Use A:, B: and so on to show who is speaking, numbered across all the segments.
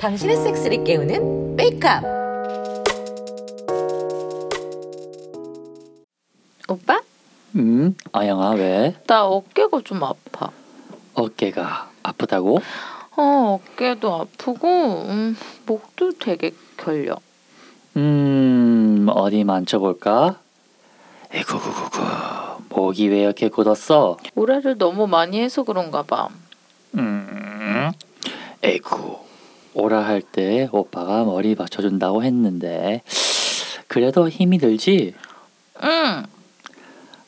A: 당신의 섹스를 깨우는 메이크업.
B: 오빠?
C: 음, 아영아 왜?
B: 나 어깨가 좀 아파.
C: 어깨가 아프다고?
B: 어, 어깨도 아프고 음, 목도 되게 결려.
C: 음, 어디 만져볼까? 에구구구구, 목이 왜 이렇게 굳었어?
B: 오래를 너무 많이 해서 그런가 봐.
C: 음, 에구. 오라 할 때 오빠가 머리 받쳐준다고 했는데 그래도 힘이 들지?
B: 응.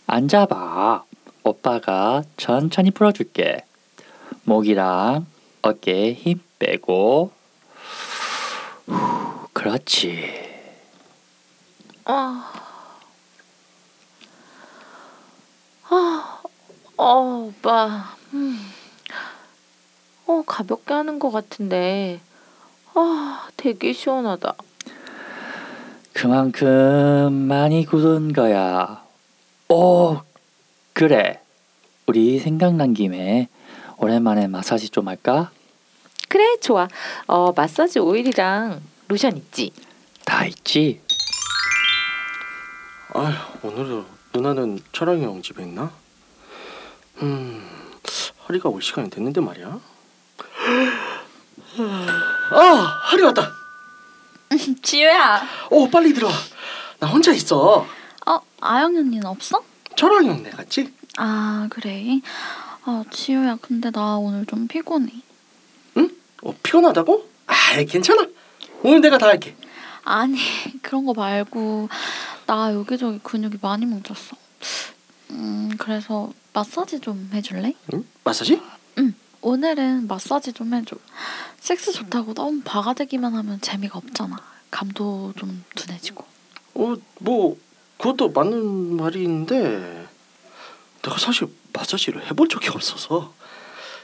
C: 앉아봐. 오빠가 천천히 풀어줄게. 목이랑 어깨에 힘 빼고 후, 그렇지.
B: 아. 아. 어, 오빠. 음. 어, 가볍게 하는 것 같은데. 아, 되게 시원하다.
C: 그만큼 많이 굳은 거야. 오, 그래. 우리 생각난 김에 오랜만에 마사지 좀 할까?
B: 그래, 좋아. 어, 마사지 오일이랑 로션 있지?
C: 다 있지?
D: 아휴, 오늘도 누나는 철학이 형 집에 있나? 음, 하리가 올 시간이 됐는데 말이야. 아, 하리 왔다.
E: 지효야.
D: 오, 빨리 들어와. 나 혼자 있어.
E: 어, 아영 언니는 없어?
D: 철학이 형 내갔지?
E: 아, 그래. 아, 지효야, 근데 나 오늘 좀 피곤해.
D: 어, 피곤하다고? 아, 괜찮아. 오늘 내가 다 할게.
E: 아니, 그런 거 말고 나 여기저기 근육이 많이 뭉쳤어. 음, 그래서 마사지 좀 해줄래?
D: 응? 마사지?
E: 오늘은 마사지 좀 해줘. 섹스 좋다고 너무 바가대기만 하면 재미가 없잖아. 감도 좀 둔해지고.
D: 어, 뭐 그것도 맞는 말인데 내가 사실 마사지를 해본 적이 없어서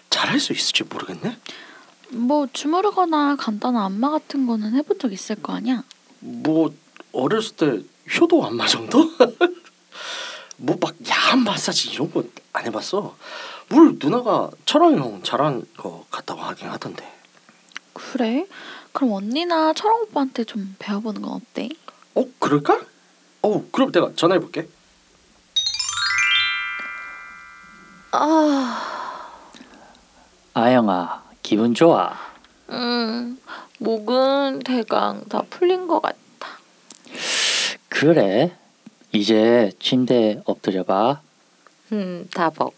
D: 잘할 수 있을지 모르겠네.
E: 뭐 주무르거나 간단한 안마 같은 거는 해본 적 있을 거 아니야?
D: 뭐 어렸을 때 효도 안마 정도? 뭐 막 야한 마사지 이런 거 안 해봤어. 물 누나가 철왕이 형 잘한 거 같다고 하긴 하던데.
E: 그래? 그럼 언니나 철원 오빠한테 좀 배워보는 건 어때?
D: 어 그럴까? 어 그럼 내가 전화해볼게.
B: 아.
C: 아영아, 기분 좋아.
B: 음, 목은 대강 다 풀린 것 같아.
C: 그래. 이제 침대에 엎드려봐.
B: 음, 다 먹.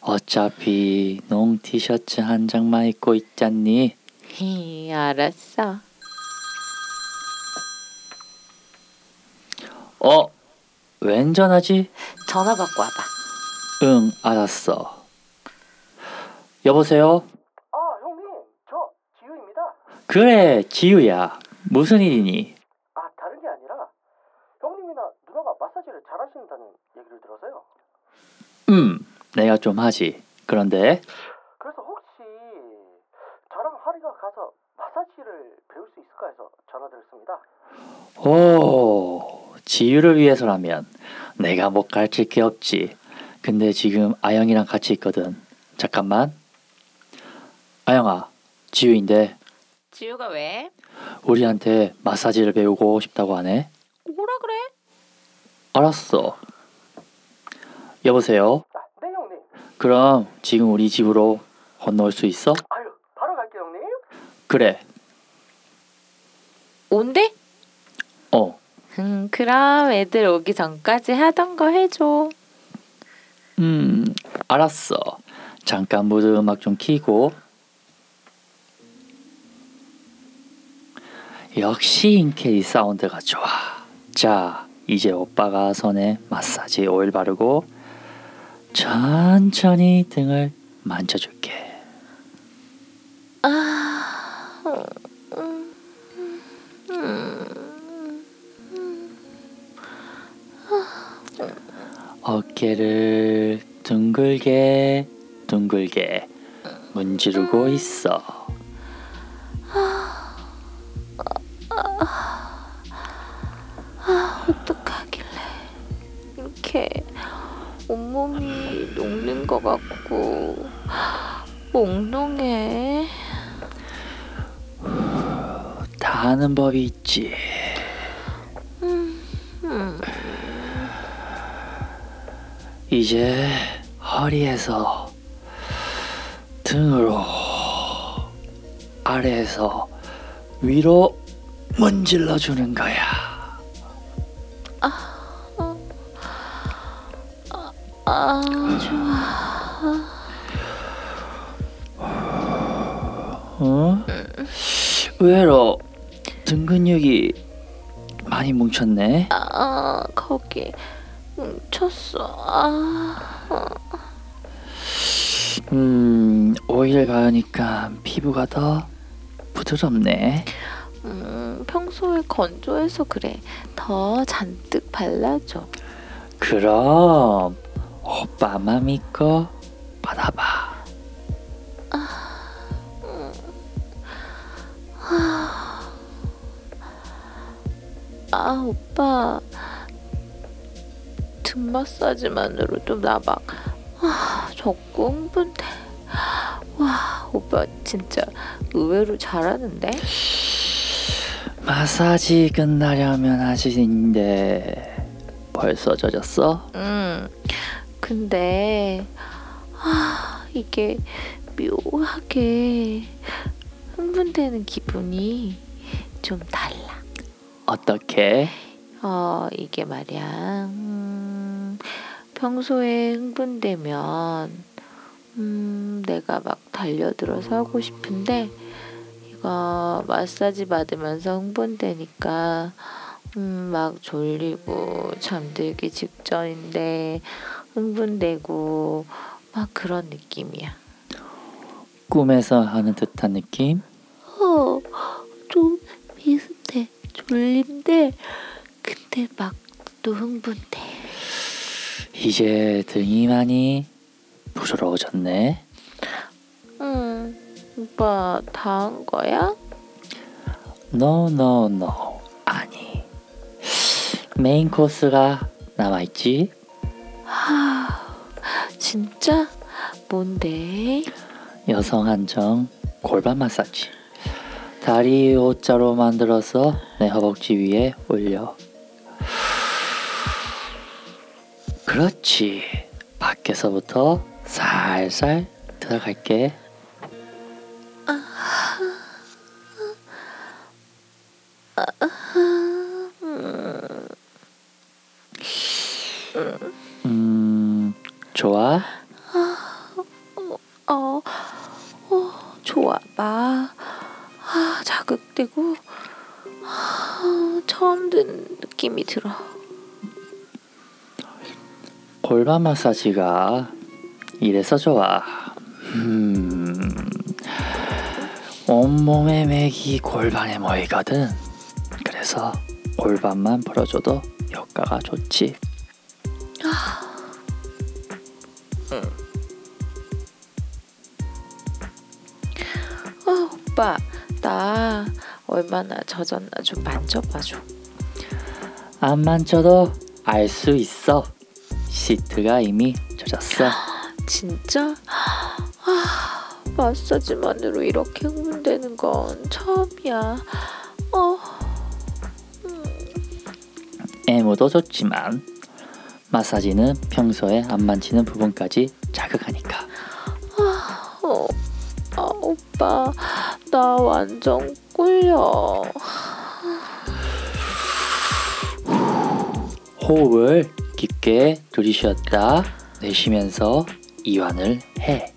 C: 어차피 농 티셔츠 한 장만 입고 있잖니.
B: 히, 알았어.
C: 어, 웬 전화지?
B: 전화 받고 와봐.
C: 응, 알았어. 여보세요?
D: 아 형님 저 지우입니다.
C: 그래, 지우야. 무슨 일이니?
D: 아 다른 게 아니라 형님이나 누나가 마사지를 잘하신다는 얘기를 들어서요.
C: 음, 내가 좀 하지. 그런데
D: 그래서 혹시 저랑 하리가 가서 마사지를 배울 수 있을까 해서 전화드렸습니다.
C: 오, 지유를 위해서라면 내가 못 가르칠 게 없지. 근데 지금 아영이랑 같이 있거든. 잠깐만. 아영아, 지유인데
B: 지우가 왜?
C: 우리한테 마사지를 배우고 싶다고 하네.
B: 뭐라 그래?
C: 알았어. 여보세요.
D: 아, 네 형님.
C: 그럼 지금 우리 집으로 건너올 수 있어?
D: 아유 바로 갈게요 형님.
C: 그래.
B: 온대?
C: 어.
B: 음, 그럼 애들 오기 전까지 하던 거 해줘.
C: 음, 알았어. 잠깐 무드 음악 좀 키고. 역시 인케이 사운드가 좋아. 자, 이제 오빠가 손에 마사지 오일 바르고 천천히 등을 만져줄게. 어깨를 둥글게 둥글게 문지르고 있어.
B: 어떡하길래 이렇게 온몸이 녹는 것 같고 몽롱해.
C: 다 아는 법이 있지. 이제 허리에서 등으로 아래에서 위로 문질러 주는 거야.
B: 아,
C: 어? 의외로 등 근육이 많이 뭉쳤네.
B: 아 거기 음, 뭉쳤어. 아,
C: 음, 오일 바르니까 피부가 더 부드럽네.
B: 음, 평소에 건조해서 그래. 더 잔뜩 발라줘.
C: 그럼 오빠만 믿고 받아봐.
B: 아 오빠 등 마사지만으로도 나막 아, 적고 흥분돼 와 오빠 진짜 의외로 잘하는데
C: 마사지 끝나려면 아직인데 벌써 젖었어?
B: 음 근데 아 이게 묘하게 흥분되는 기분이 좀 달라
C: 어떻게?
B: 어, 이게 말이야. 음, 평소에 흥분되면, 음, 내가 막 달려들어서 하고 싶은데, 이거 마사지 받으면서 흥분되니까, 음, 막 졸리고, 잠들기 직전인데, 흥분되고, 막 그런 느낌이야.
C: 꿈에서 하는 듯한 느낌?
B: 어, 좀 비슷해. 졸린데, 근데 막 또 흥분돼.
C: 이제 등이 많이 부드러워졌네.
B: 응, 오빠 다 한 거야?
C: No, no, no. 아니. 메인 코스가 남아있지?
B: 진짜? 뭔데?
C: 여성 한정 골반 마사지. 다리 O자로 만들어서 내 허벅지 위에 올려. 그렇지. 밖에서부터 살살 들어갈게. 음, 좋아.
B: 어, 어, 좋아. 나 아, 자극되고 아, 처음 든 느낌이 들어.
C: 골반 마사지가 이래서 좋아. 음, 온몸의 맥이 골반에 모이거든. 그래서 골반만 풀어줘도 효과가 좋지.
B: 아, 오빠, 나 얼마나 젖었나 좀 만져봐줘.
C: 안 만져도 알 수 있어. 시트가 이미 젖었어.
B: 진짜? 아, 마사지만으로 이렇게 흥분되는 건 처음이야. 어,
C: 애무도 좋지만 마사지는 평소에 안 만지는 부분까지 자극하니까.
B: 어, 아, 오빠, 나 완전 꿀려. 어,
C: 호흡을 깊게 들이쉬었다 내쉬면서 이완을 해.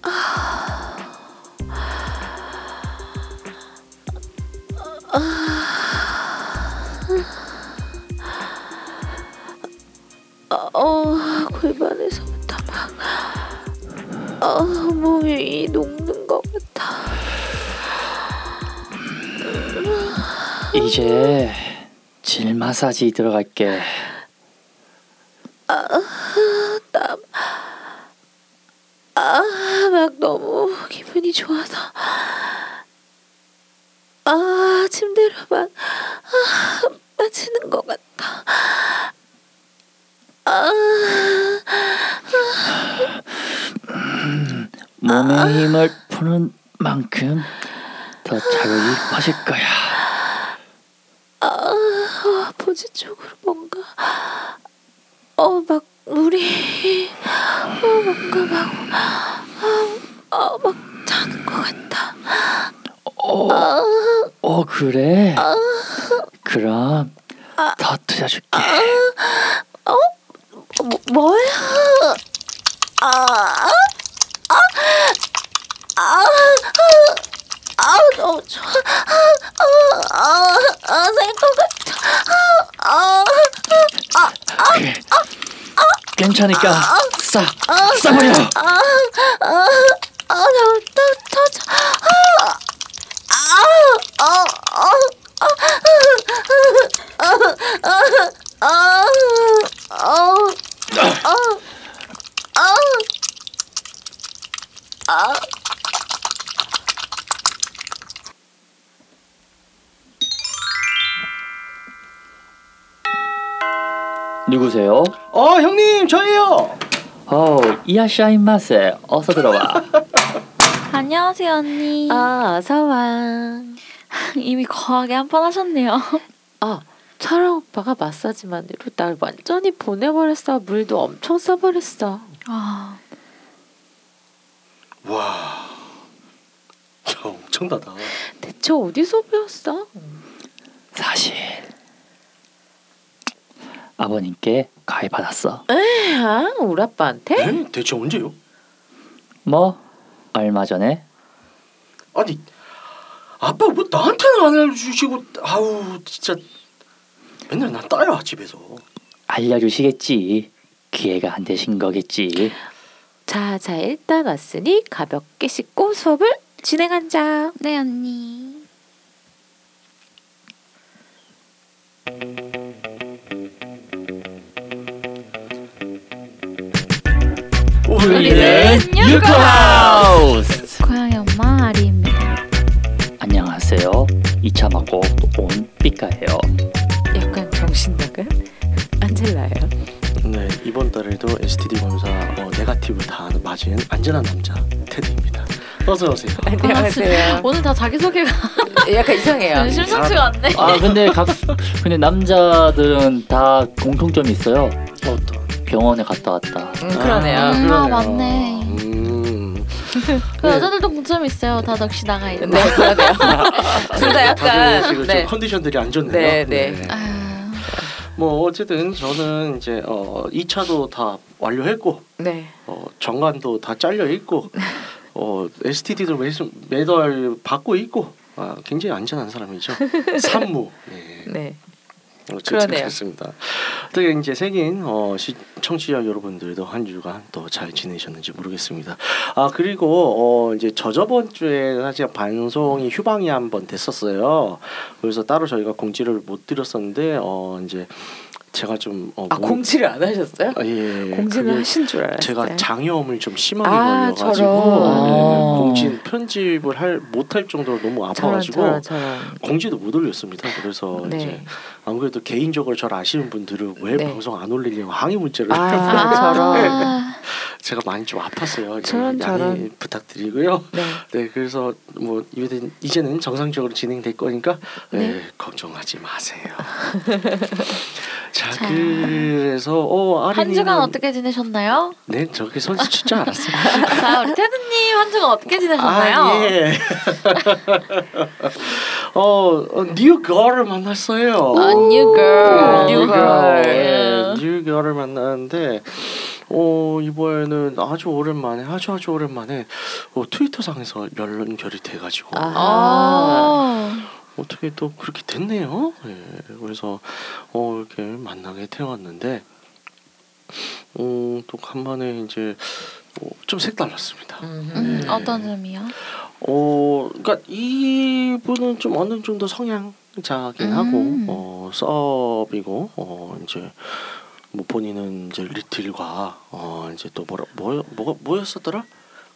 B: 어, 골반에서부터 막, 어, 몸이 녹는 것 같아.
C: 이제 질 마사지 들어갈게.
B: 아, 막 너무 기분이 좋아서. 아, 침대로 막, 아, 빠지는 것 같아. 아,
C: 몸의 힘을 푸는 만큼 더 자극이 퍼질 거야.
E: 아, 아버지 쪽으로 뭔가 어 막 물이 어 뭔가 아, 어, 막아막 자는 것 같다.
C: 어 그래? 그럼 더 투자줄게.
E: 어, 뭐, 뭐야? 아, 아, 아, 아, 아, 너무 좋아. 아, 아, 아, 살것 같아. 아, 아.
C: 그래. 괜찮으니까 싸 싸버려.
E: 아, 나, 나, 터져. 아, 아, 아, 아, 아, 아, 아, 아, 아, 아, 아.
C: 누구세요?
D: 어 형님 저예요.
C: 어 이아샤인 맛에 어서 들어와.
E: 안녕하세요, 언니.
A: 아, 어서 와.
E: 이미 거하게 한 판 하셨네요.
B: 아 철아 오빠가 마사지만으로 날 완전히 보내버렸어. 물도 엄청 써버렸어.
E: 아,
D: 와, 야 엄청나다.
B: 대체 어디서 배웠어?
C: 사실 아버님께 가위 받았어.
B: 아 우리 아빠한테?
D: 네? 대체 언제요?
C: 뭐 얼마 전에
D: 아니 아빠 왜 나한테는 안 알려주시고 아우 진짜 맨날 난 따야 집에서.
B: 어,
C: 알려주시겠지. 기회가 안 되신 거겠지.
B: 자, 자 일단 왔으니 가볍게 씻고 수업을 진행한자.
E: 네, 언니.
D: 어,
B: 예.
D: 네, 예.
C: 우리는 뉴크하우스.
E: 고양이 엄마 아리입니다.
C: 안녕하세요. 2차 맞고 온 삐까예요.
B: 약간 정신 나간 안젤라예요.
D: 네 이번 달에도 STD 검사 어, 네가티브 다 맞은 안전한 남자 테드입니다. 어서 오세요.
B: 안녕하세요. 어,
E: 오늘 다 자기소개가
B: 아, 약간 이상해요.
E: 심상치가 않네.
C: 아 근데 각 근데 남자들은 다 공통점이 있어요.
D: 어떤?
C: 병원에 갔다 왔다.
B: 음, 그러네요.
E: 아,
D: 그러네요.
E: 맞네.
D: 음.
E: 그 여자들도 공점이 있어요. 다 넋이 나가 있는.
B: 네, 그러네요. 둘다
D: 다들 지금
B: 약간
D: 좀
B: 네.
D: 컨디션들이 안 좋네요.
B: 네, 네.
E: 아,
D: 뭐 어쨌든 저는 이제 어 2차도 다 완료했고
B: 네.
D: 어 정관도 다 잘려 있고 어 STD도 매, 매달 받고 있고 아, 굉장히 안전한 사람이죠. 어, 산모. 네.
B: 네. 그러네요.
D: 그렇습니다. 어떻게 이제 세계인 어, 시청자 여러분들도 한 주간 또 잘 지내셨는지 모르겠습니다. 아 그리고 어, 이제 저저번 주에 사실 방송이 휴방이 한 번 됐었어요. 그래서 따로 저희가 공지를 못 드렸었는데 어 이제 제가 좀 어,
B: 아
D: 몸-
B: 공지를 안 하셨어요?
D: 아, 예, 예.
B: 공지는
D: 그게
B: 하신 줄 알았어요.
D: 제가 장염을 좀 심하게
B: 네. 아,
D: 걸려가지고
B: 저런.
D: 예,
C: 아.
D: 공지 편집을 할 못할 정도로 너무
B: 저런
D: 아파가지고
B: 저런 저런.
D: 공지도 못 올렸습니다. 그래서 이제
B: 네.
D: 아무래도 개인적으로 저를 아시는 분들은 왜
B: 네.
D: 방송 안 올리냐고 항의 문자를 네.
B: 아, 저런.
E: 아,
D: 제가 많이 좀 아팠어요.
B: 저런,
D: 양해
B: 저런.
D: 부탁드리고요.
B: 네.
D: 네, 그래서 뭐 이제는 이제는 정상적으로 진행될 거니까 네, 걱정하지 마세요. 자,
E: 자.
D: 그래서 어 아린이는
E: 한 주간 어떻게 지내셨나요?
D: 네 저렇게 선수 칠줄 알았어요.
E: 자, 우리 테드님 한 주간 어떻게 지내셨나요?
D: 아 예. 어, 어 뉴걸을 만났어요.
E: 아, new girl.
B: 네, new
D: 뉴걸.
B: girl.
D: 예, 뉴걸을 만났는데 어 이번에는 아주 오랜만에 아주 아주 오랜만에 어, 트위터상에서 연결이 돼가지고
B: 아하.
E: 아,
D: 어떻게 또 그렇게 됐네요. 예, 그래서 어, 이렇게 만나게 되었는데 음, 또 간만에 이제 어, 좀 색달랐습니다.
B: 음.
E: 음, 어떤 점이요?
D: 어, 그러니까 이분은 좀 어느 정도 성향자긴
E: 음.
D: 하고 어, 서브이고 어, 이제 뭐 본인은 이제 리틀과 어, 이제 또 뭐라 뭐 뭐가 뭐였었더라?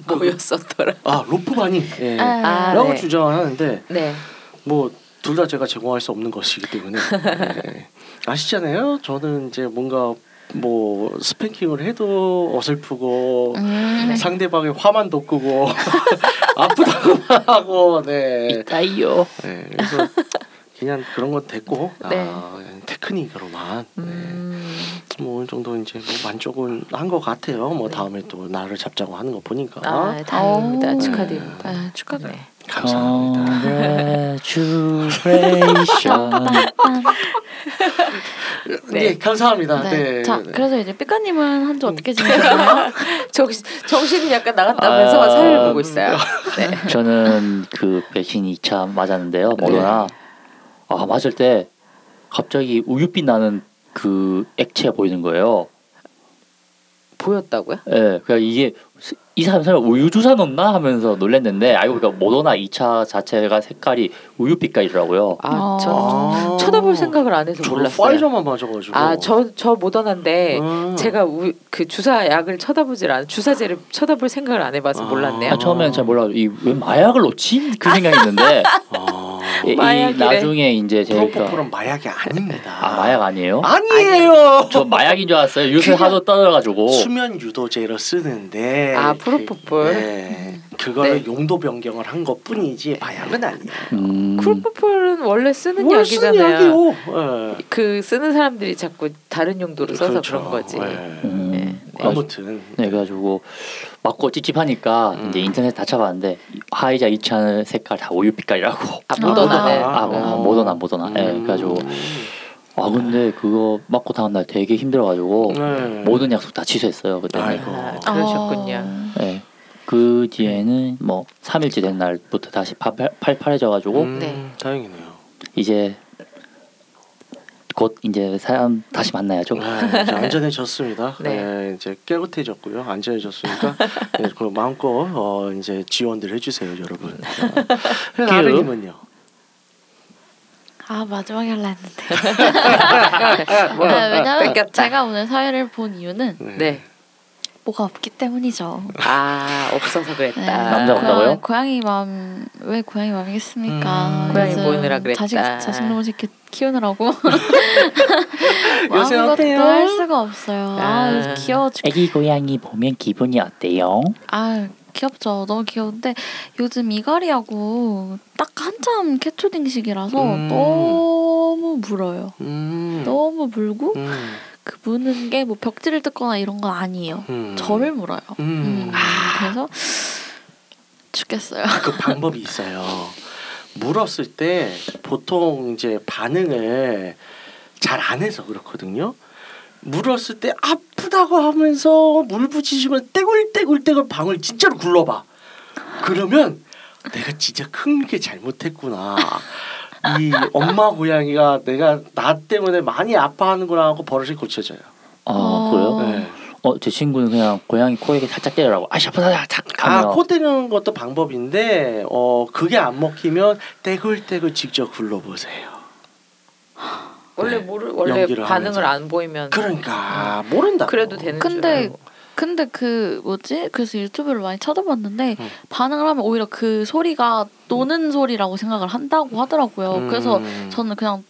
D: 그-
B: 뭐였었더라.
D: 아, 로프바니. 예.
E: 아,
D: 라고
B: 네.
D: 주장하는데
B: 네.
D: 뭐 둘 다 제가 제공할 수 없는 것이기 때문에 예. 아시잖아요. 저는 이제 뭔가 뭐 스팽킹을 해도 어설프고
E: 음,
B: 네.
D: 상대방의 화만 돋구고 아프다고만 하고 네.
B: 있다요.
D: 네, 그래서 그냥 그런 건 됐고
B: 네.
D: 아, 그냥 테크닉으로만
B: 음,
D: 네. 뭐 어느 정도 이제 뭐 만족은 한 것 같아요. 뭐 다음에 또 나를 잡자고 하는 거 보니까
B: 네. 아, 다행입니다.
E: 오.
B: 축하드립니다.
E: 아, 축하드려요.
B: 어.
D: 감사합니다.
C: Congratulations.
E: 딴.
D: 네,
B: 네. 음.
D: 감사합니다.
E: 네.
D: 네.
E: 자,
D: 네.
E: 그래서 이제 삐까님은 한 주 어떻게 지내셨나요?
B: 네. 정신 정신이 약간 나갔다면서
C: 아,
B: 사회를 보고 있어요. 음. 네.
C: 저는 그 백신 2차 맞았는데요. 모더나 아 맞을 때 갑자기 우유빛 나는 그 액체 보이는 거예요.
B: 보였다고요?
C: 예, 그냥 이게 이 사람 설마 우유 주사 넣나 하면서 놀랐는데 알고 보니까 모더나 2차 자체가 색깔이 우유빛깔이더라고요.
B: 아, 저
D: 아.
B: 쳐다볼 생각을 안 해서
D: 저는
B: 몰랐어요.
D: 파이저만 맞아가지고
B: 아, 저 저 모던한데
D: 음.
B: 제가 우, 그 주사 약을 쳐다보질 않 주사제를 쳐다볼 생각을 안 해봐서
D: 아.
B: 몰랐네요.
C: 아, 처음에는 잘 몰라 이왜 마약을 넣지 그 생각이 있는데
D: 아.
C: 이, 이
B: 마약이래.
C: 나중에 이제 제가
D: 프로포폴은 마약이 아닙니다.
C: 아 마약 아니에요?
D: 아니에요.
C: 저 마약인 줄 알았어요. 요새
D: 그냥
C: 하도 떠들어가지고
D: 수면 유도제로 쓰는데
B: 아, 프로포폴.
D: 네. 그거를
B: 네.
D: 용도 변경을 한 것뿐이지 마약은 아니에요.
C: 음,
B: 크로포폴은 원래 쓰는
D: 뭘 쓰는
B: 약이잖아요.
D: 약이요. 예.
B: 그 쓰는 사람들이 자꾸 다른 용도로 써서 그
D: 그렇죠.
B: 런 거지. 네. 음.
D: 예.
C: 음, 그래가지고
D: 아무튼
C: 네, 그래가지고 맞고 찝찝하니까
D: 음.
C: 이제 인터넷 다 찾아봤는데 화이자 2차는 색깔 다 우유빛깔이라고.
B: 아, 모던하네.
C: 아, 아,
B: 음.
C: 모던아, 모던아. 예,
D: 어. 음.
C: 그래가지고 아 근데 그거 맞고 다음 날 되게 힘들어가지고
D: 네.
C: 뭐 모든 약속 다 취소했어요 그때는.
D: 아이고.
B: 아,
E: 어.
B: 그러셨군요.
C: 예. 그 뒤에는 뭐 3일째 된 날부터 다시 팔팔- 팔팔해져가지고
D: 음,
B: 네.
D: 다행이네요.
C: 이제 곧 이제 사람 다시 만나야죠.
D: 네, 이제 안전해졌습니다.
B: 네.
D: 네. 이제 깨끗해졌고요. 안전해졌으니까 네, 그 마음껏 어, 이제 지원들 해주세요, 여러분.
B: 네.
D: 어, 나르님은요.
E: 아 마지막에 하려 했는데.
B: 뭐,
E: 아, 왜냐면
B: 뺏겼다.
E: 제가 오늘 사회를 본 이유는
B: 네.
E: 뭐가 없기 때문이죠.
B: 아 없어서 그랬다.
E: 네.
C: 남자
E: 고양-
C: 없다고요?
E: 고양이 마음 왜 고양이 마음이겠습니까?
D: 음.
B: 고양이
E: 요즘
B: 모으느라 그랬다.
E: 자식 자식놈을 시켜 키우느라고 뭐
D: 요새
E: 아무것도
D: 어때요?
E: 할 수가 없어요. 아,
B: 아.
E: 귀여워 죽.
C: 애기 고양이 보면 기분이 어때요?
E: 아 귀엽죠. 너무 귀여운데 요즘 이갈이하고 딱 한참 캐초딩식이라서
D: 음.
E: 너무 물어요.
D: 음.
E: 너무 물고
D: 음.
E: 그 무는 게 뭐 벽지를 뜯거나 이런 건 아니에요.
D: 음.
E: 저를 물어요.
D: 음.
E: 음,
B: 아.
E: 그래서 죽겠어요.
D: 그 방법이 있어요. 물었을 때 보통 이제 반응을 잘 안 해서 그렇거든요. 물었을 때 아프다고 하면서 물부치시면 떼굴떼굴떼굴 방울 진짜로 굴러봐. 그러면 내가 진짜 큰 게 잘못했구나. 이 엄마 고양이가 내가 나 때문에 많이 아파하는구나 하고 버릇이 고쳐져요.
C: 아
E: 어.
C: 그래요?
D: 네.
C: 어 제 친구는 그냥 고양이 코에 살짝 때리라고 아씨 아프다 착 하면
D: 아코 때리는 것도 방법인데 어 그게 안 먹히면 떼굴떼굴 직접 굴러보세요.
B: 원래
D: 네.
B: 모르 원래
D: 연기를
B: 반응을
D: 하면서.
B: 안 보이면
D: 그러니까 모른다.
B: 그래도 되는 줄
E: 근데
B: 알고.
E: 근데 그 뭐지? 그래서 유튜브를 많이 찾아봤는데
D: 음.
E: 반응을 하면 오히려 그 소리가 노는 소리라고 생각을 한다고 하더라고요.
D: 음.
E: 그래서 저는 그냥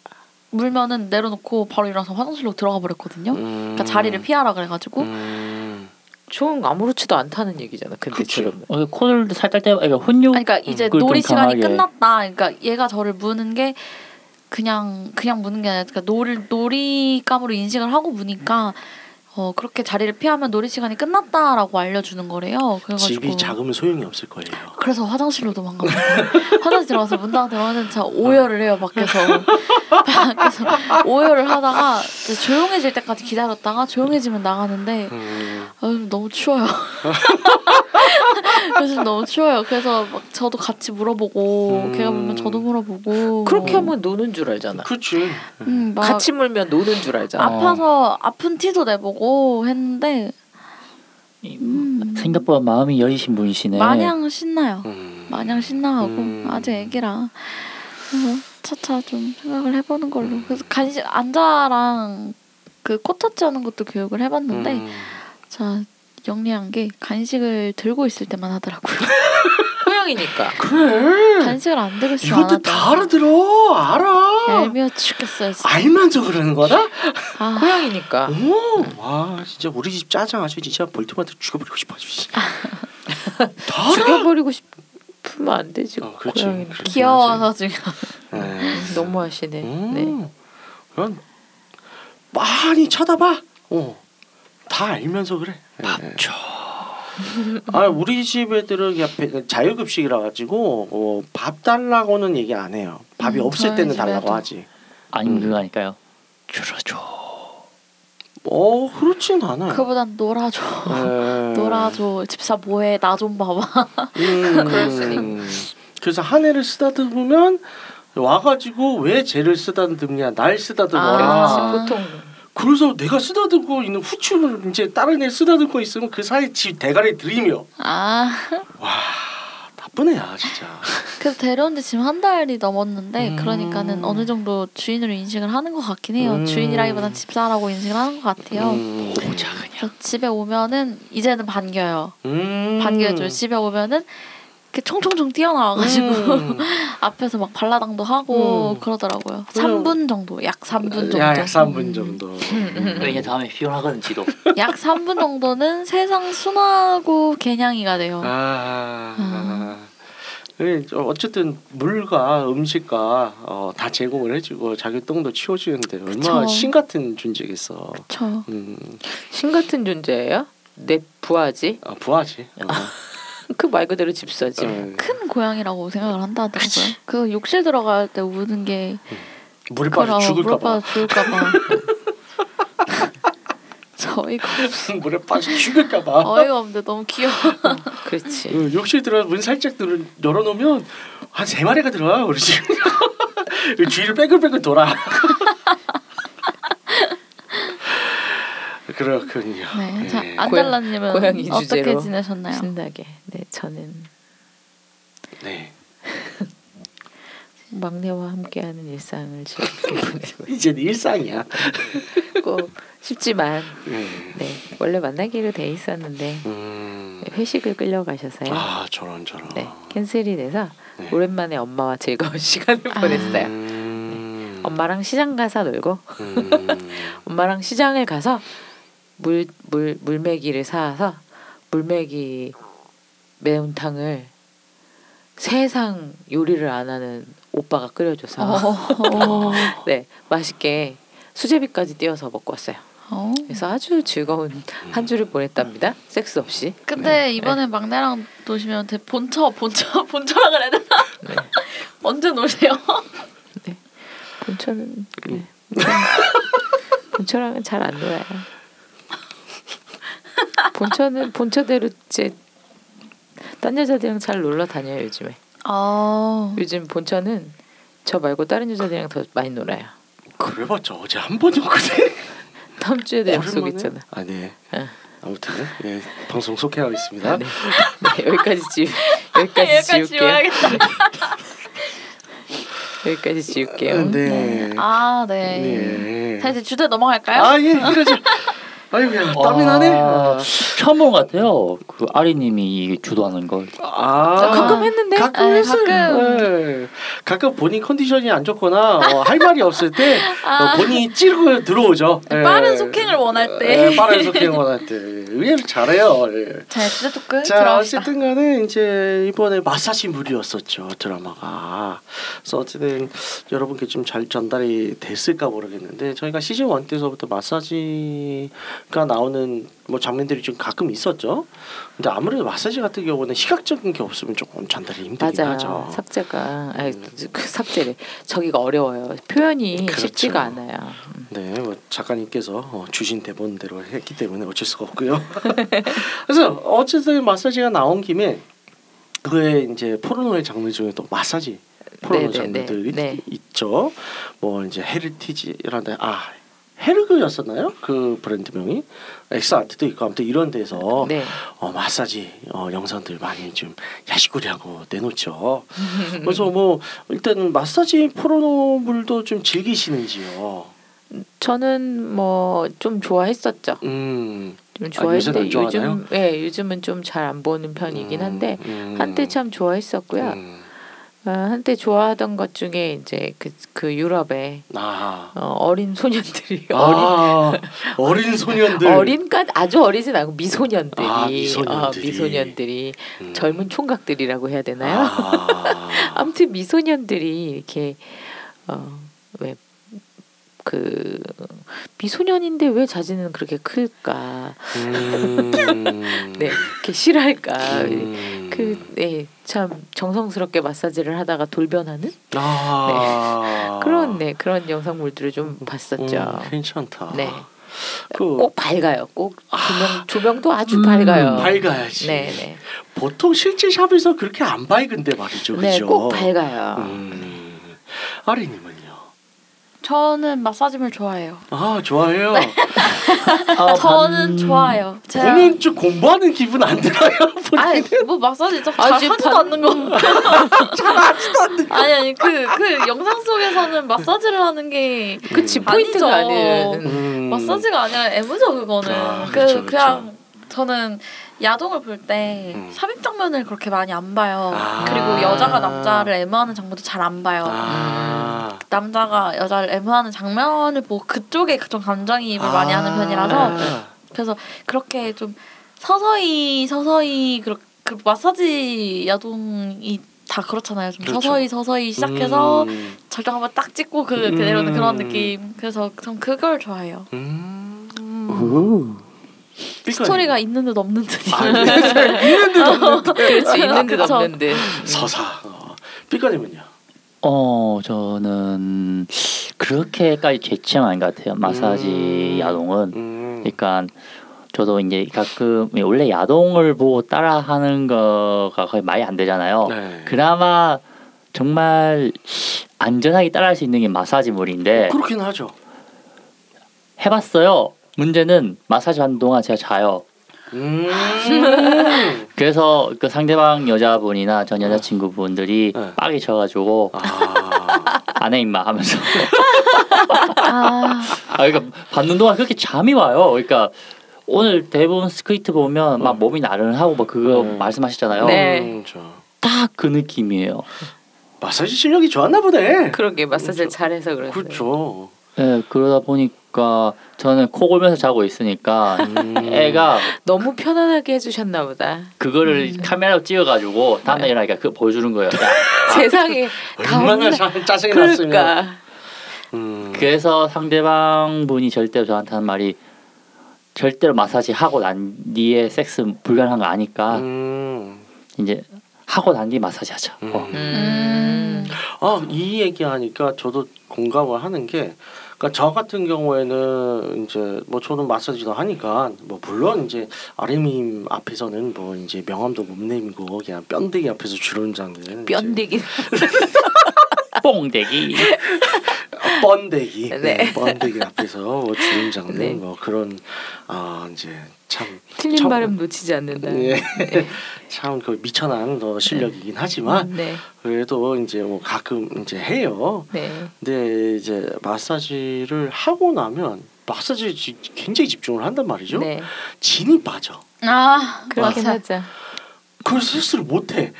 E: 물면은 내려놓고 바로 일어나서 화장실로 들어가 버렸거든요. 그러니까
D: 음.
E: 자리를 피하라 그래가지고
B: 좀 아무렇지도 않다는 얘기잖아. 근데
D: 그치.
B: 지금
C: 어, 코를 살짝 때려 그러니까 혼육
E: 아니, 그러니까 이제
C: 그걸 좀
E: 놀이
C: 강하게.
E: 시간이 끝났다. 그러니까 얘가 저를 무는 게 그냥 그냥 무는 게 아니라 그러니까 놀 놀이감으로 인식을 하고 무니까 어 그렇게 자리를 피하면 놀이 시간이 끝났다라고 알려주는 거래요. 그래가지고
D: 집이 작으면 소용이 없을 거예요.
E: 그래서 화장실로 도망갑니다. 화장실 들어가서 문 닫아 들어가는 차 오열을 해요 밖에서 밖에서 오열을 하다가 이제 조용해질 때까지 기다렸다가 조용해지면 나가는데
D: 음.
E: 아, 요즘 너무 추워요. 요즘 너무 추워요. 그래서 막 저도 같이 물어보고
D: 음.
E: 걔가 물면 저도 물어보고
B: 그렇게 하면 노는 줄 알잖아.
D: 그치.
E: 음, 막
B: 같이 물면 노는 줄 알잖아.
E: 아파서 아픈 티도 내보고 했는데 음,
C: 생각보다 마음이 여리신 분이시네.
E: 마냥 신나요.
D: 음.
E: 마냥 신나하고
D: 음.
E: 아직 애기라 그래서 차차 좀 생각을 해보는 걸로
B: 음.
E: 그래서 간식 안자랑 그 코터치 하는 것도 교육을 해봤는데
D: 음.
E: 자 영리한 게 간식을 들고 있을 때만 하더라고요. 그냥
B: 취향이니까.
D: 그래.
E: 단식을 안 되겠어.
D: 이것도 다 알아들어. 알아.
E: 얄미워 죽겠어요. 진짜.
D: 알면서 그러는 거다?
E: 아,
B: 고양이니까.
D: 음. 오, 와 진짜 우리 집 짜장 아주 진짜 볼트마트 죽여버리고 싶어 아주 씨. 다 알아.
B: 죽여버리고 싶으면 안 되지.
D: 어, 그렇지.
B: 고양이
D: 그렇긴
E: 귀여워서 지금.
D: 하지. 네.
B: 너무 하시네. 네.
D: 음, 그냥 많이 쳐다봐. 어, 다 알면서 그래. 밥 줘. 아 우리 집 애들은 그냥 배- 자유급식이라 가지고 어, 밥 달라고는 얘기 안 해요. 밥이
E: 음,
D: 없을
E: 저희
D: 때는
E: 집에도.
D: 달라고 하지.
C: 아닌
D: 음.
C: 그거 아닐까요? 줄여줘.
D: 어 그렇진 않아요. 예.
E: 그보단 놀아줘.
D: 에.
E: 놀아줘. 집사 뭐해? 나 좀 봐봐.
D: 그럴
B: 수
D: 음, 그래서 한 해를 쓰다듬으면 와가지고 왜 쟤를 쓰다듬냐 날 쓰다듬어라
B: 아, 그렇지. 보통
D: 그래서 내가 쓰다듬고 있는 후추를 이제 다른 애 쓰다듬고 있으면 그 사이 집 대가리 들이며
E: 아.
D: 나쁜 애야 진짜
E: 그래서 데려온 지 지금 한 달이 넘었는데
D: 음.
E: 그러니까는 어느 정도 주인으로 인식을 하는 것 같긴 해요.
D: 음.
E: 주인이라기보단 집사라고 인식을 하는 것 같아요.
D: 음.
C: 보자 그냥.
E: 그래서 집에 오면은 이제는 반겨요.
D: 음.
E: 반겨줘요. 집에 오면은 이렇게 총총총 뛰어나와가지고
D: 음.
E: 앞에서 막 발라당도 하고
D: 음.
E: 그러더라고요.
D: 그래요.
E: 3분 정도, 약 3분 정도. 음,
D: 야, 약 3분 정도
C: 이제 다음에 피곤하거든 지도.
E: 약 3분 정도는 세상 순하고 개냥이가 돼요.
B: 아.
D: 아. 그래, 저 어쨌든 물과 음식과 어, 다 제공을 해주고 자기 똥도 치워주는데 얼마나
E: 그쵸.
D: 신 같은 존재겠어.
E: 저
D: 음,
B: 신 같은 존재예요? 내 부하지?
D: 아, 부하지. 어.
B: 그 말 그대로 집사지. 뭐.
D: 어.
E: 큰 고양이라고 생각을 한다더라고요. 그래서 욕실 들어갈 때 우는 게
D: 물에 빠져 죽을까 봐.
E: 물어봐 죽을까 봐. 저 이거
D: 물에 빠져 죽을까 봐.
E: 어이가 없는데 너무 귀여워.
B: 그렇지.
D: 응, 욕실 들어 문 살짝 들어 열어놓으면 한 세 마리가 들어와 우리 집. 주위를 빼글빼글 돌아. 그렇군요.
E: 네, 자
D: 네.
E: 안달라님은
B: 고양이
E: 어떻게
B: 주제로.
E: 지내셨나요?
B: 신나게. 네, 저는
D: 네.
B: 막내와 함께하는 일상을 즐겁게 보내고
D: 이제 일상이야.
B: 있고 싶지만
D: 네.
B: 네 원래 만나기로 돼 있었는데
D: 음.
B: 회식을 끌려가셔서요.
D: 아 저런 저런.
B: 네 캔슬이 돼서
D: 네.
B: 오랜만에 엄마와 즐거운 시간을
E: 아.
B: 보냈어요.
D: 음.
B: 엄마랑 시장 가서 놀고
D: 음.
B: 엄마랑 시장을 가서 물 물 물매기를 사와서 물매기 매운탕을 세상 요리를 안 하는 오빠가 끓여줘서
E: 어,
B: 네 맛있게 수제비까지 띄워서 먹고 왔어요.
E: 어.
B: 그래서 아주 즐거운 한 주를 보냈답니다.
D: 음.
B: 섹스 없이. 네.
E: 근데 이번에 막내랑 노시면 되- 본처 본처 본처라 그래야 되나?
B: 네.
E: 언제 노세요?
B: 본처는 그래. 네. 본처랑은 잘 안 놀아요. 본처는 본처대로 이제 딴 여자들이랑 잘 놀러 다녀요 요즘에.
E: 아
B: 요즘 본처는 저 말고 다른 여자들이랑 더 많이 놀아요.
D: 그래봤자 어제 한 번이었거든.
B: 다음 주에도 약속
D: 오랜만에?
B: 있잖아.
D: 아 네.
B: 어.
D: 아무튼 예 방송 소개하겠습니다.
B: 네. 네, 여기까지 지 여기까지
E: 아, 여기까지
B: 지울게요.
E: 지워야겠다.
B: 여기까지
D: 아,
B: 지울게요.
D: 네.
E: 아 네.
D: 네.
E: 자 이제 주제 넘어갈까요? 어.
D: 아 예, 이러지. 아이고야, 땀이 나네.
C: 아,
D: 아,
C: 처음 본 것 같아요. 그 아리님이 주도하는 걸.
D: 아.
B: 가끔 했는데
D: 가끔
E: 네,
D: 했어요.
E: 가끔.
D: 네. 가끔 본인 컨디션이 안 좋거나 어, 할 말이 없을 때 어, 본인이 찌르고 들어오죠. 예.
E: 아. 빠른 속행을 원할 때.
D: 예, 빠른 속행 원할 때. 예, 의외로 잘해요. 예.
E: 자 주제
B: 그
E: 토크
D: 자
E: 들어갑시다.
D: 어쨌든 간에 이제 이번에 마사지 물이었었죠 드라마가 그래서 어쨌든 여러분께 좀 잘 전달이 됐을까 모르겠는데 저희가 시즌 1 때서부터 마사지가 나오는 뭐 장면들이 좀 가끔 있었죠 근데 아무래도 마사지 같은 경우는 시각적인 게 없으면 조금 전달이 힘들긴
B: 맞아요.
D: 하죠
B: 삭제가 아니 그 삭제래. 저기가 어려워요. 표현이
D: 그렇죠.
B: 쉽지가 않아요. 음.
D: 네, 뭐 작가님께서 어, 주신 대본대로 했기 때문에 어쩔 수가 없고요. 그래서 어쨌든 마사지가 나온 김에 그의 이제 포르노의 장르 중에 또 마사지 포르노
B: 네, 네, 네,
D: 장르들이
B: 네.
D: 있죠. 뭐 이제 헤리티지라는 아 헤르그였었나요? 그 브랜드명이 엑스아트도 있고 아무튼 이런 데서
B: 네.
D: 어, 마사지 어, 영상들 많이 좀 야식거리하고 내놓죠. 그래서 뭐 일단 마사지 포르노물도 좀 즐기시는지요.
B: 저는 뭐 좀 좋아했었죠.
D: 음,
B: 좀
D: 아, 요새는
B: 좋아했는데
D: 안 좋아하나요?
B: 요즘 예 요즘은 좀 잘 안 보는 편이긴 한데
D: 음,
B: 한때 참 좋아했었고요.
D: 음.
B: 아, 한때 좋아하던 것 중에 이제 그 그 유럽의
D: 아.
B: 어, 어린 소년들이 어린
D: 아, 어린 소년들.
B: 어린까 아주 어리진 않고 미소년들이
D: 아,
B: 어,
D: 미소년들이.
B: 미소년들이
D: 음.
B: 젊은 총각들이라고 해야 되나요?
D: 아,
B: 아무튼 미소년들이 이렇게 어, 어왜그 미소년인데 왜 자신은 그렇게 클까?
D: 음.
B: 네, 아, 이렇게 실할까?
D: 음.
B: 그, 예, 그네참 정성스럽게 마사지를 하다가 돌변하는
D: 아.
B: 그런 네 그런 영상물들을 좀 봤었죠.
D: 음, 괜찮다.
B: 네.
D: 그
B: 꼭 밝아요. 꼭 조명 조명도 아주 밝아요.
D: 음. 밝아야지.
B: 네네.
D: 보통 실제 샵에서 그렇게 안 밝은데 말이죠.
B: 네,
D: 그죠?
B: 꼭 밝아요.
D: 그렇죠. 음. 아리님은요.
E: 저는 마사지물 좋아해요.
D: 아 좋아해요. 아,
E: 저는 좋아해요. 제가
D: 보는 좀 공부하는 기분 안 들어요.
E: 아니 뭐 마사지 좀
B: 아,
E: 잘하지도
B: 지금 반-
E: 않는 거. 잘하지도 않는 거. 아니 아니 그 그 영상 속에서는 마사지를 하는 게
B: 그치
E: 음.
B: 포인트가
E: 아니죠.
B: 아니에는
D: 음.
E: 마사지가 아니라 애무죠 그거는.
D: 아,
E: 그
D: 그쵸, 그쵸.
E: 그냥 저는 야동을 볼 때
D: 음.
E: 삽입 장면을 그렇게 많이 안 봐요.
D: 아.
E: 그리고 여자가 남자를 애무하는 장면도 잘 안 봐요.
D: 아.
E: 남자가 여자를 애무하는 장면을 보고 그쪽에 좀 감정이입을 많이 하는 편이라서
D: 아.
E: 그래서 그렇게 좀 서서히 서서히 그렇 그 마사지 야동이 다 그렇잖아요. 좀
D: 그렇죠.
E: 서서히 서서히 시작해서
D: 음.
E: 절정 한번 딱 찍고 그 그대로는
D: 음.
E: 그런 느낌. 그래서 전 그걸 좋아해요.
D: 음.
E: 스토리가 있는 듯 없는 듯. 그렇죠.
D: 아, 있는 듯 없는 듯.
B: 그렇지 있는 듯
E: 그쵸.
B: 없는 듯.
D: 서사. 어. 삐까님은요.
C: 어 저는 그렇게까지 제 취향 아닌 것 같아요. 마사지
D: 음.
C: 야동은
D: 음.
C: 그러니까 저도 이제 가끔 원래 야동을 보고 따라하는 거가 거의 말이 안
E: 어,
C: 되잖아요.
D: 네.
C: 그나마 정말 안전하게 따라할 수 있는 게 마사지물인데
D: 그렇긴 하죠.
C: 해봤어요. 문제는 마사지 하는 동안 제가 자요.
D: 음.
C: 그래서 그 상대방 여자분이나 전 여자친구분들이
D: 네.
C: 빡이 쳐가지고
D: 아.
C: 안해 임마 하면서
E: 아,
C: 아 그러니까 받는 동안 그렇게 잠이 와요. 그러니까 오늘 대부분 스크이트 보면 막 몸이 나른하고 막 그거
D: 음.
C: 말씀하시잖아요.
B: 네.
D: 음, 저.
C: 딱 그 느낌이에요.
D: 마사지 실력이 좋았나 보네.
B: 그러게 마사지를
D: 그렇죠.
B: 잘해서 그런데.
D: 그렇죠.
C: 네, 그러다 보니까 저는 코 골면서 자고 있으니까
D: 음.
E: 음.
C: 애가
B: 너무 편안하게 해주셨나 보다.
C: 그거를 카메라로 찍어가지고 다음날 일어나니까 그거 보여주는 거예요.
D: 아, 그
B: 세상에
D: 얼마나
B: 가온나
D: 자, 짜증이 났으면.
B: 그러니까
D: 음.
C: 그래서 상대방 분이 절대로 저한테 하는 말이 절대로 마사지 하고 난 뒤에 섹스 불가능한 거 아니까
D: 음.
C: 이제 하고 난 뒤 마사지 하자. 어.
D: 음.
E: 음.
D: 아, 이 얘기하니까 저도 공감을 하는 게 그러니까 저 같은 경우에는 이제 뭐 저는 마사지도 하니까 뭐 물론 이제 아림님 앞에서는 뭐 이제 명함도 못 내밀고 그냥 뼈대기 앞에서 주름장은
B: 뼈대기
C: 뽕대기.
D: 아, 뻔데기,
B: 네.
D: 네. 뻔데기 앞에서 뭐 주름장은
B: 네.
D: 뭐 그런 아 이제 참
B: 틀린
D: 참-
B: 발음 네. 놓치지 않는다.
D: 예. 참그 미천한 어, 실력이긴 하지만
B: 네,
D: 그래도 이제 뭐 가끔 이제 해요.
B: 네.
D: 근데 이제 마사지를 하고 나면 마사지에 지- 굉장히 집중을 한단 말이죠.
B: 네.
D: 진이 빠져.
E: 아
B: 그렇긴
E: 맞아.
B: 하죠.
D: 그래서 스스로 못해.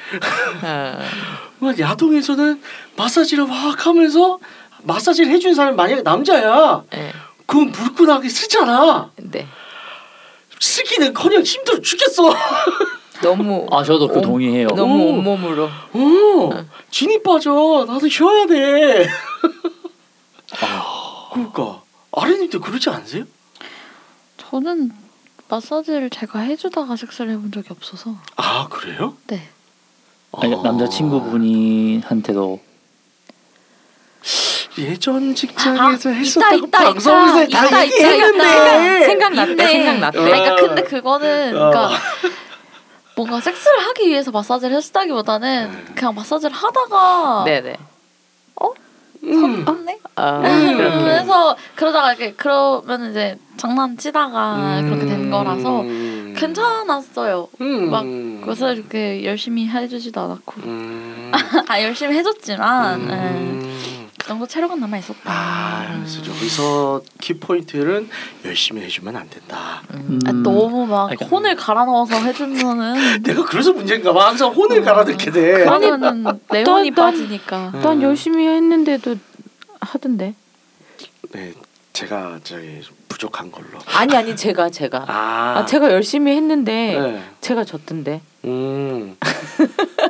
B: 아,
D: 야동에서는 마사지를 막 하면서 마사지를 해주는 사람이 만약에 남자야.
B: 네.
D: 그럼 물구나게 쓰잖아.
B: 네.
D: 쓰기는 커녕 힘들어 죽겠어.
B: 너무
C: 아 저도 그
D: 어,
B: 온-
C: 동의해요.
B: 너무
D: 오.
B: 온몸으로.
D: 오, 어, 진이 빠져. 나도 쉬어야 돼.
C: 아,
D: 그러니까 아린님도 그러지 않으세요?
E: 저는 마사지를 제가 해주다가 섹스를 해본 적이 없어서.
D: 아 그래요?
E: 네.
C: 아니, 남자친구분이한테도
D: 예전 직장에서
E: 아,
D: 했었다고
E: 있다, 있다,
D: 방송에서
E: 있다,
D: 다
E: 있다, 있다,
D: 얘기했는데
E: 있다.
B: 생각났대,
E: 있네.
B: 생각났대.
E: 아니, 그러니까 근데 그거는
D: 어.
E: 그러니까 뭔가 섹스를 하기 위해서 마사지를 했다기보다는
D: 네.
E: 그냥 마사지를 하다가
B: 네네.
D: 음.
E: 네
B: 아,
D: 음.
B: 그렇게.
E: 그래서 그러다가 이렇게 그러면 이제 장난치다가 그렇게 된 거라서
D: 음.
E: 괜찮았어요.
D: 음.
E: 막 그래서 이렇게 열심히 해주지도 않았고
D: 음.
E: 아 열심히 해줬지만 예. 정도 체력은 남아 있었다.
D: 아, 그래서 여기서 키포인트는 열심히 해주면 안 된다.
B: 음.
E: 아,
C: 음.
E: 너무 막
C: 그러니까.
E: 혼을 갈아 넣어서 해주면은
D: 내가 그래서 문제인가 봐. 항상 혼을 갈아넣게 돼. 음.
E: 그러면은 내
A: 난-
E: 혼이
A: 난-
E: 빠지니까.
A: 난 열심히 했는데도 하던데.
D: 네, 제가 저기 부족한 걸로.
B: 아니 아니 제가 제가 아,
D: 아,
B: 제가 열심히 했는데
D: 네.
B: 제가 졌던데.
D: 음.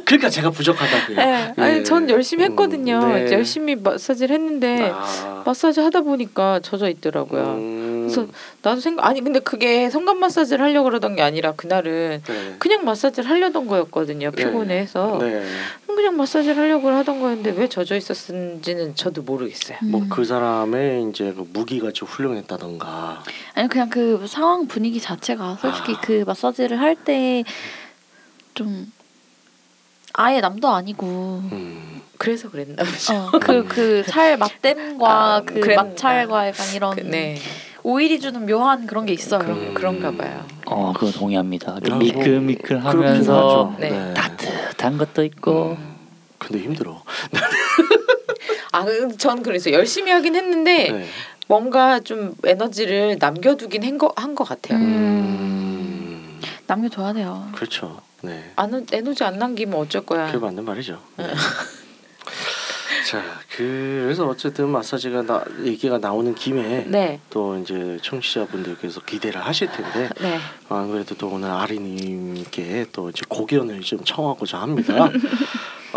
D: 그러니까 제가 부족하다고요.
B: 네. 아니
D: 예.
B: 전 열심히
D: 음,
B: 했거든요.
D: 네.
B: 열심히 마사지를 했는데
D: 아.
B: 마사지 하다 보니까 젖어 있더라고요.
D: 음.
B: 그래서 나도 생각 아니 근데 그게 성간 마사지를 하려고 그러던 게 아니라 그날은
D: 네.
B: 그냥 마사지를 하려던 거였거든요.
D: 네.
B: 피곤해서
D: 네.
B: 그냥 마사지를 하려고 하던 거였는데 왜 젖어 있었는지는 저도 모르겠어요.
E: 음.
D: 뭐 그 사람의 이제 그 무기같이 훌륭했다던가
E: 아니 그냥 그 상황 분위기 자체가 솔직히
D: 아.
E: 그 마사지를 할 때 좀 아예 남도 아니고
D: 음.
B: 그래서 그랬나 보죠.
E: 어그그 살 맛댐과
B: 아,
E: 그
B: 그랬-
E: 맛찰과 약간 이런
B: 그- 네.
E: 오일이 주는 묘한 그런 게 있어요.
D: 음.
B: 그런 그런가 봐요.
C: 어, 그거 동의합니다. 그
D: 아, 그렇긴
C: 미끌미끌하면서
D: 하죠. 음.
B: 네.
C: 따뜻한 것도 있고
D: 근데 힘들어.
B: 아 전 그래서 열심히 하긴 했는데
D: 네.
B: 뭔가 좀 에너지를 남겨두긴 한거한거 같아요.
E: 음.
D: 음.
E: 남겨줘야 돼요.
D: 그렇죠. 네.
B: 안 에너지 안 남기면 어쩔 거야.
D: 그게 맞는 말이죠. 네. 자, 그래서 어쨌든 마사지가 나, 얘기가 나오는 김에
B: 네.
D: 또 이제 청취자분들께서 기대를 하실 텐데 어,
B: 네.
D: 안 그래도 또 오늘 아리님께 또 이제 고견을 좀 청하고자 합니다.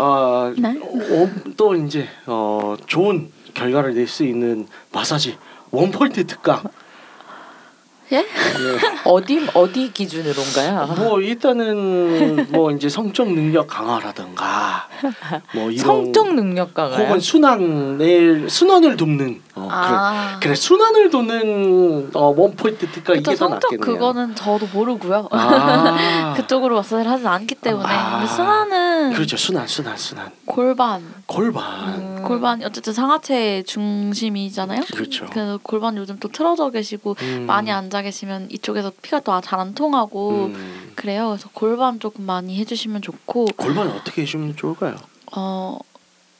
D: 아,
E: 네.
D: 어, 또 이제 어, 좋은 결과를 낼 수 있는 마사지 원포인트 특강.
E: 예?
D: 네.
B: 어디 어디 기준으로인가요?
D: 뭐 일단은 뭐 이제 성적 능력 강화라든가 뭐 이런
B: 성적 능력 강화요.
D: 혹은 순환을 순환을 돕는 어,
E: 아.
D: 그래, 그래 순환을 돕는 어, 원포인트 특강
E: 저
D: 이게 더
E: 성적
D: 낫겠네요.
E: 그거는 저도 모르고요.
D: 아.
E: 그쪽으로 마사지를 하진 않기 때문에
D: 아.
E: 근데 순환은
D: 그렇죠 순환 순환 순환
E: 골반
B: 음.
E: 음,
D: 골반
E: 골반 어쨌든 상하체 중심이잖아요.
D: 그렇죠.
E: 그래서 골반 요즘 또 틀어져 계시고
D: 음.
E: 많이 앉아 계시면 이쪽에서 피가 더 잘 안 통하고
D: 음.
E: 그래요. 그래서 골반 조금 많이 해주시면 좋고
D: 골반 어떻게 해주면 좋을까요?
E: 어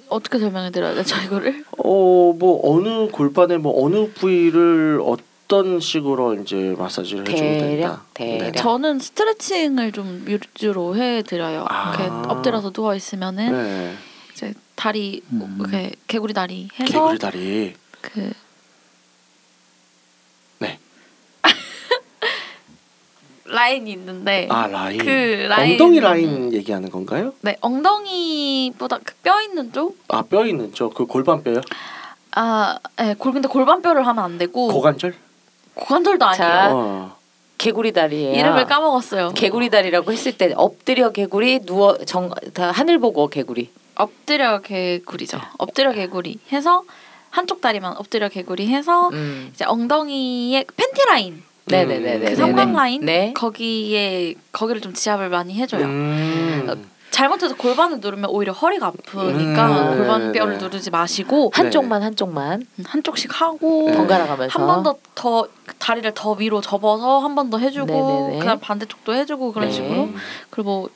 E: 어떻게 설명해 드려야 되죠 이거를?
D: 어뭐 어느 골반의 뭐 어느 부위를 어떤 식으로 이제 마사지를 해주면 된다.
B: 대략, 대략.
D: 네.
E: 저는 스트레칭을 좀 위주로 해드려요.
D: 아.
E: 이렇게 엎드려서 누워 있으면은
D: 네.
E: 이제 다리 뭐
C: 음.
E: 이렇게 개구리 다리 해서
D: 개구리 다리.
E: 그
D: 네.
E: 라인이 있는데
D: 아 라인.
E: 그 라인.
D: 엉덩이 라인 얘기하는 건가요?
E: 네 엉덩이보다 그 뼈 있는 쪽?
D: 아 뼈 있는 저 그 골반 뼈요?
E: 아, 네, 골 근데 골반뼈를 하면 안 되고
D: 고관절?
E: 고관절도 아니에요.
B: 자,
D: 어.
B: 개구리 다리예요.
E: 이름을 까먹었어요.
B: 개구리 다리라고 했을 때 엎드려 개구리 누워 정 다 하늘 보고 개구리.
E: 엎드려 개구리죠. 엎드려 개구리 해서 한쪽 다리만 엎드려 개구리 해서
B: 음.
E: 이제 엉덩이에 팬티 라인,
B: 네네네네.
E: 그
B: 네네.
E: 성방 라인
B: 네.
E: 거기에 거기를 좀 지압을 많이 해줘요. 어,
D: 음.
E: 잘못해서 골반을 누르면 오히려 허리가 아프니까
D: 음.
E: 골반 뼈를
D: 네.
E: 누르지 마시고
B: 한쪽만 한쪽만
E: 한쪽씩
D: 네.
E: 하고
B: 네. 번갈아 가면서
E: 한 번 더 더 다리를 더 위로 접어서 한 번 더 해주고
B: 네네네.
E: 그다음 반대쪽도 해주고 그런
B: 네.
E: 식으로 그리고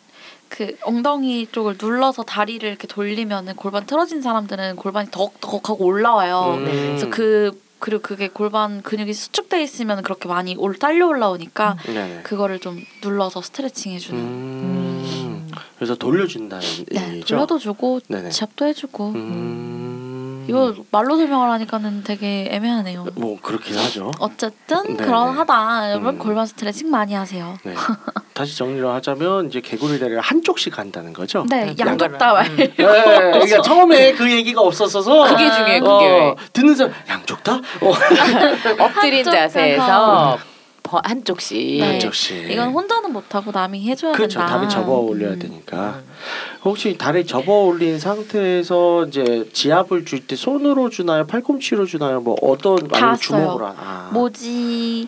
E: 그 엉덩이 쪽을 눌러서 다리를 이렇게 돌리면은 골반 틀어진 사람들은 골반이 더덕하고 올라와요.
D: 음.
E: 어, 그래서 그 그리고 그게 골반 근육이 수축돼 있으면 그렇게 많이 올 딸려 올라오니까
D: 네네.
E: 그거를 좀 눌러서 스트레칭 해주는.
D: 음. 그래서 돌려준다는
E: 네,
D: 얘기죠.
E: 돌려도 주고
D: 네네.
E: 지압도 해주고 음.
D: 음.
E: 이거 말로 설명을 하니까는 되게 애매하네요.
D: 뭐 그렇긴 하죠.
E: 어쨌든
D: 네네.
E: 그런하다. 여러분
D: 음.
E: 골반 스트레칭 많이 하세요.
D: 네. 다시 정리를 하자면 이제 개구리 다리를 한쪽씩 간다는 거죠.
E: 네,
B: 그러니까
E: 양쪽
B: 양갈래.
E: 다 말.
B: 음.
D: 예, 그러니까 처음에 그 얘기가 없었어서
B: 그게 중요해
D: 어,
B: 그게
D: 듣는 사람 양쪽 다 어,
B: 엎드린
E: 한쪽
B: 자세에서 버- 한쪽씩
E: 네.
D: 한쪽씩.
E: 이건 혼자는 못 하고 남이 해줘야
D: 그렇죠.
E: 된다.
D: 다리 접어
E: 음.
D: 올려야 되니까. 혹시 다리 접어 올린 상태에서 이제 지압을 줄 때 손으로 주나요? 팔꿈치로 주나요? 뭐 어떤
E: 다
D: 아니면
E: 써요. 뭐
D: 주먹으로 하나? 아.
E: 모지,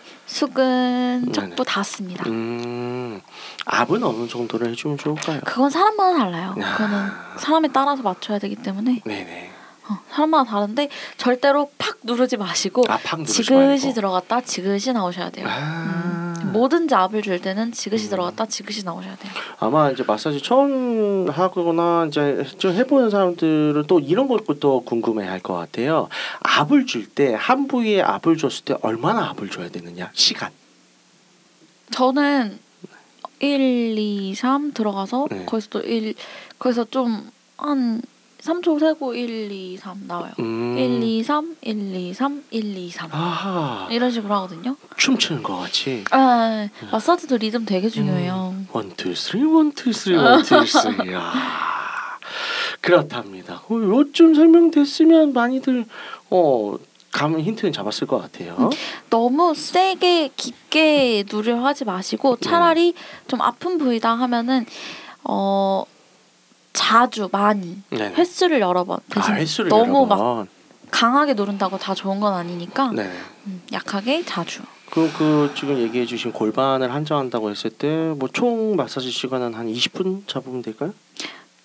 D: 네네.
E: 수근, 척부 다 씁니다.
D: 음. 압은 어느 정도를 해주면 좋을까요?
E: 그건 사람마다 달라요.
D: 아.
E: 그거는 사람에 따라서 맞춰야 되기 때문에
D: 네네.
E: 어, 사람마다 다른데 절대로 팍 누르지 마시고
D: 아팡 누르지
E: 뭐 지그시
D: 말고.
E: 들어갔다 지그시 나오셔야 돼요.
D: 아. 음.
E: 음. 뭐든지 압을 줄 때는 지그시 들어갔다 지그시 나오셔야 돼요.
D: 아마 이제 마사지 처음 하거나 이제 좀 해보는 사람들은 또 이런 것부터 궁금해할 것 같아요. 압을 줄 때 한 부위에 압을 줬을 때 얼마나 압을 줘야 되느냐 시간.
E: 저는 1, 2, 3 들어가서
D: 네.
E: 거기서 또 1, 거기서 좀 한 3초 세고 1, 2, 3 나와요.
D: 음.
E: 1, 2, 3, 1, 2, 3, 1, 2, 3
D: 아하
E: 이런 식으로 하거든요.
D: 춤추는 것 같이.
E: 아, 마사지도 리듬 되게 중요해요.
D: 원투 쓰리 원투 쓰리 원투 쓰리 아 그렇답니다. 어, 요쯤 설명됐으면 많이들 어 감 힌트는 잡았을 것
E: 음.
D: 같아요.
E: 너무 세게 깊게 누려 하지 마시고
D: 네.
E: 차라리 좀 아픈 부위다 하면은 어 자주 많이
D: 네.
E: 횟수를 여러 번
D: 아,
E: 대신
D: 횟수를
E: 너무
D: 여러
E: 막
D: 번.
E: 강하게 누른다고 다 좋은 건 아니니까
D: 네.
E: 음, 약하게 자주
D: 그럼 그 지금 얘기해주신 골반을 한정한다고 했을 때 뭐 총 마사지 시간은 한 20분 잡으면 될까요?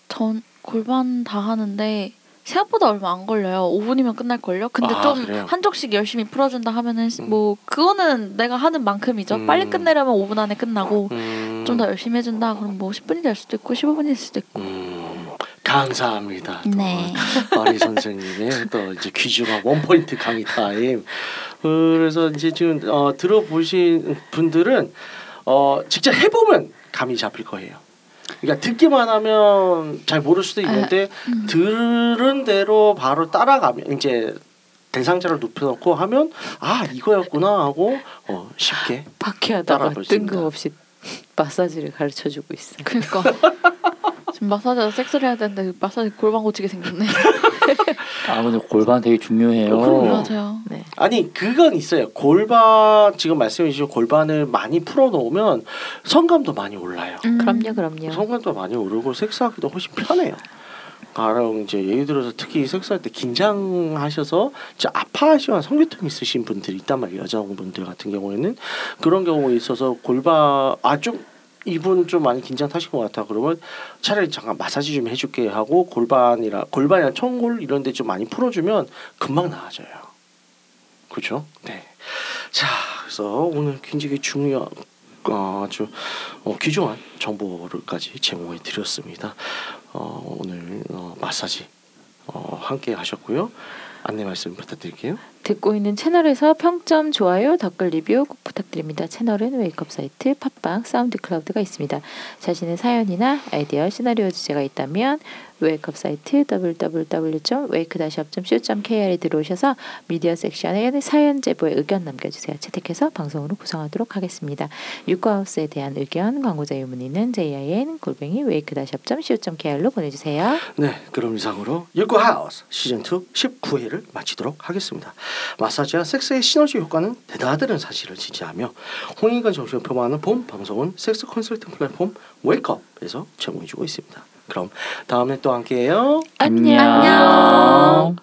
E: 전 골반 다 하는데 생각보다 얼마 안 걸려요 5분이면 끝날 걸요 근데
D: 아,
E: 좀
D: 그래요?
E: 한쪽씩 열심히 풀어준다 하면은
D: 음.
E: 뭐 그거는 내가 하는 만큼이죠
D: 음.
E: 빨리 끝내려면 5분 안에 끝나고
D: 음,
E: 좀 더 열심히 해준다 그럼 뭐 10분이 될 수도 있고 15분이 될 수도 있고
D: 음, 감사합니다. 또
E: 네.
D: 마리 선생님의 또 이제 귀주가 원 포인트 강의 타임. 어, 그래서 이제 지금 어, 들어보신 분들은 어, 직접 해보면 감이 잡힐 거예요. 그러니까 듣기만 하면 잘 모를 수도 있는데 들은 대로 바로 따라가면 이제 대상자를 높여놓고 하면 아 이거였구나 하고 어, 쉽게
B: 박해하다가
D: 따라볼 수 있나?
B: 뜬금없이 마사지를 가르쳐 주고 있어.
E: 그니까 그러니까. 지금 마사지하다 섹스를 해야 되는데 마사지 골반 고치게 생겼네.
C: 아 근데 골반 되게 중요해요.
D: 그럼요.
E: 맞아요.
B: 네.
D: 아니 그건 있어요. 골반 지금 말씀해 주신 골반을 많이 풀어놓으면 성감도 많이 올라요.
E: 음.
B: 그럼요, 그럼요.
D: 성감도 많이 오르고 섹스하기도 훨씬 편해요. 가령 이제 예를 들어서 특히 섹스할 때 긴장하셔서 진짜 아파하시거나 성교통 있으신 분들이 있단 말이에요. 여자분들 같은 경우에는 그런 경우에 있어서 골반 아좀 이분 좀 많이 긴장 타신 것 같아 그러면 차라리 잠깐 마사지 좀 해줄게 하고 골반이라 골반이나 청골 이런 데 좀 많이 풀어주면 금방 나아져요. 그죠? 네. 자, 그래서 오늘 굉장히 중요한 어, 아주 어, 귀중한 정보를까지 제공해 드렸습니다. 어, 오늘 어, 마사지 어, 함께 하셨고요. 안내 말씀 부탁드릴게요.
B: 듣고 있는 채널에서 평점, 좋아요, 댓글 리뷰 꼭 부탁드립니다. 채널은 웨이크업 사이트, 팟빵, 사운드 클라우드가 있습니다. 자신의 사연이나 아이디어, 시나리오 주제가 있다면 웨이크업 사이트 www.wake-up.co.kr에 들어오셔서 미디어 섹션에 사연 제보에 의견 남겨주세요. 채택해서 방송으로 구성하도록 하겠습니다. 유쿠하우스에 대한 의견, 광고자 유문의는 jin-골뱅이 wake-up.co.kr로 보내주세요.
D: 네, 그럼 이상으로 육구 하우스 시즌 2 19회를 마치도록 하겠습니다. 마사지와 섹스의 시너지 효과는 대단하다는 사실을 지지하며 홍익관 정신을 표방하는 봄 방송은 섹스 컨설팅 플랫폼 웨이크업에서 제공해주고 있습니다. 그럼 다음에 또 함께해요.
B: 안녕.
D: 안녕.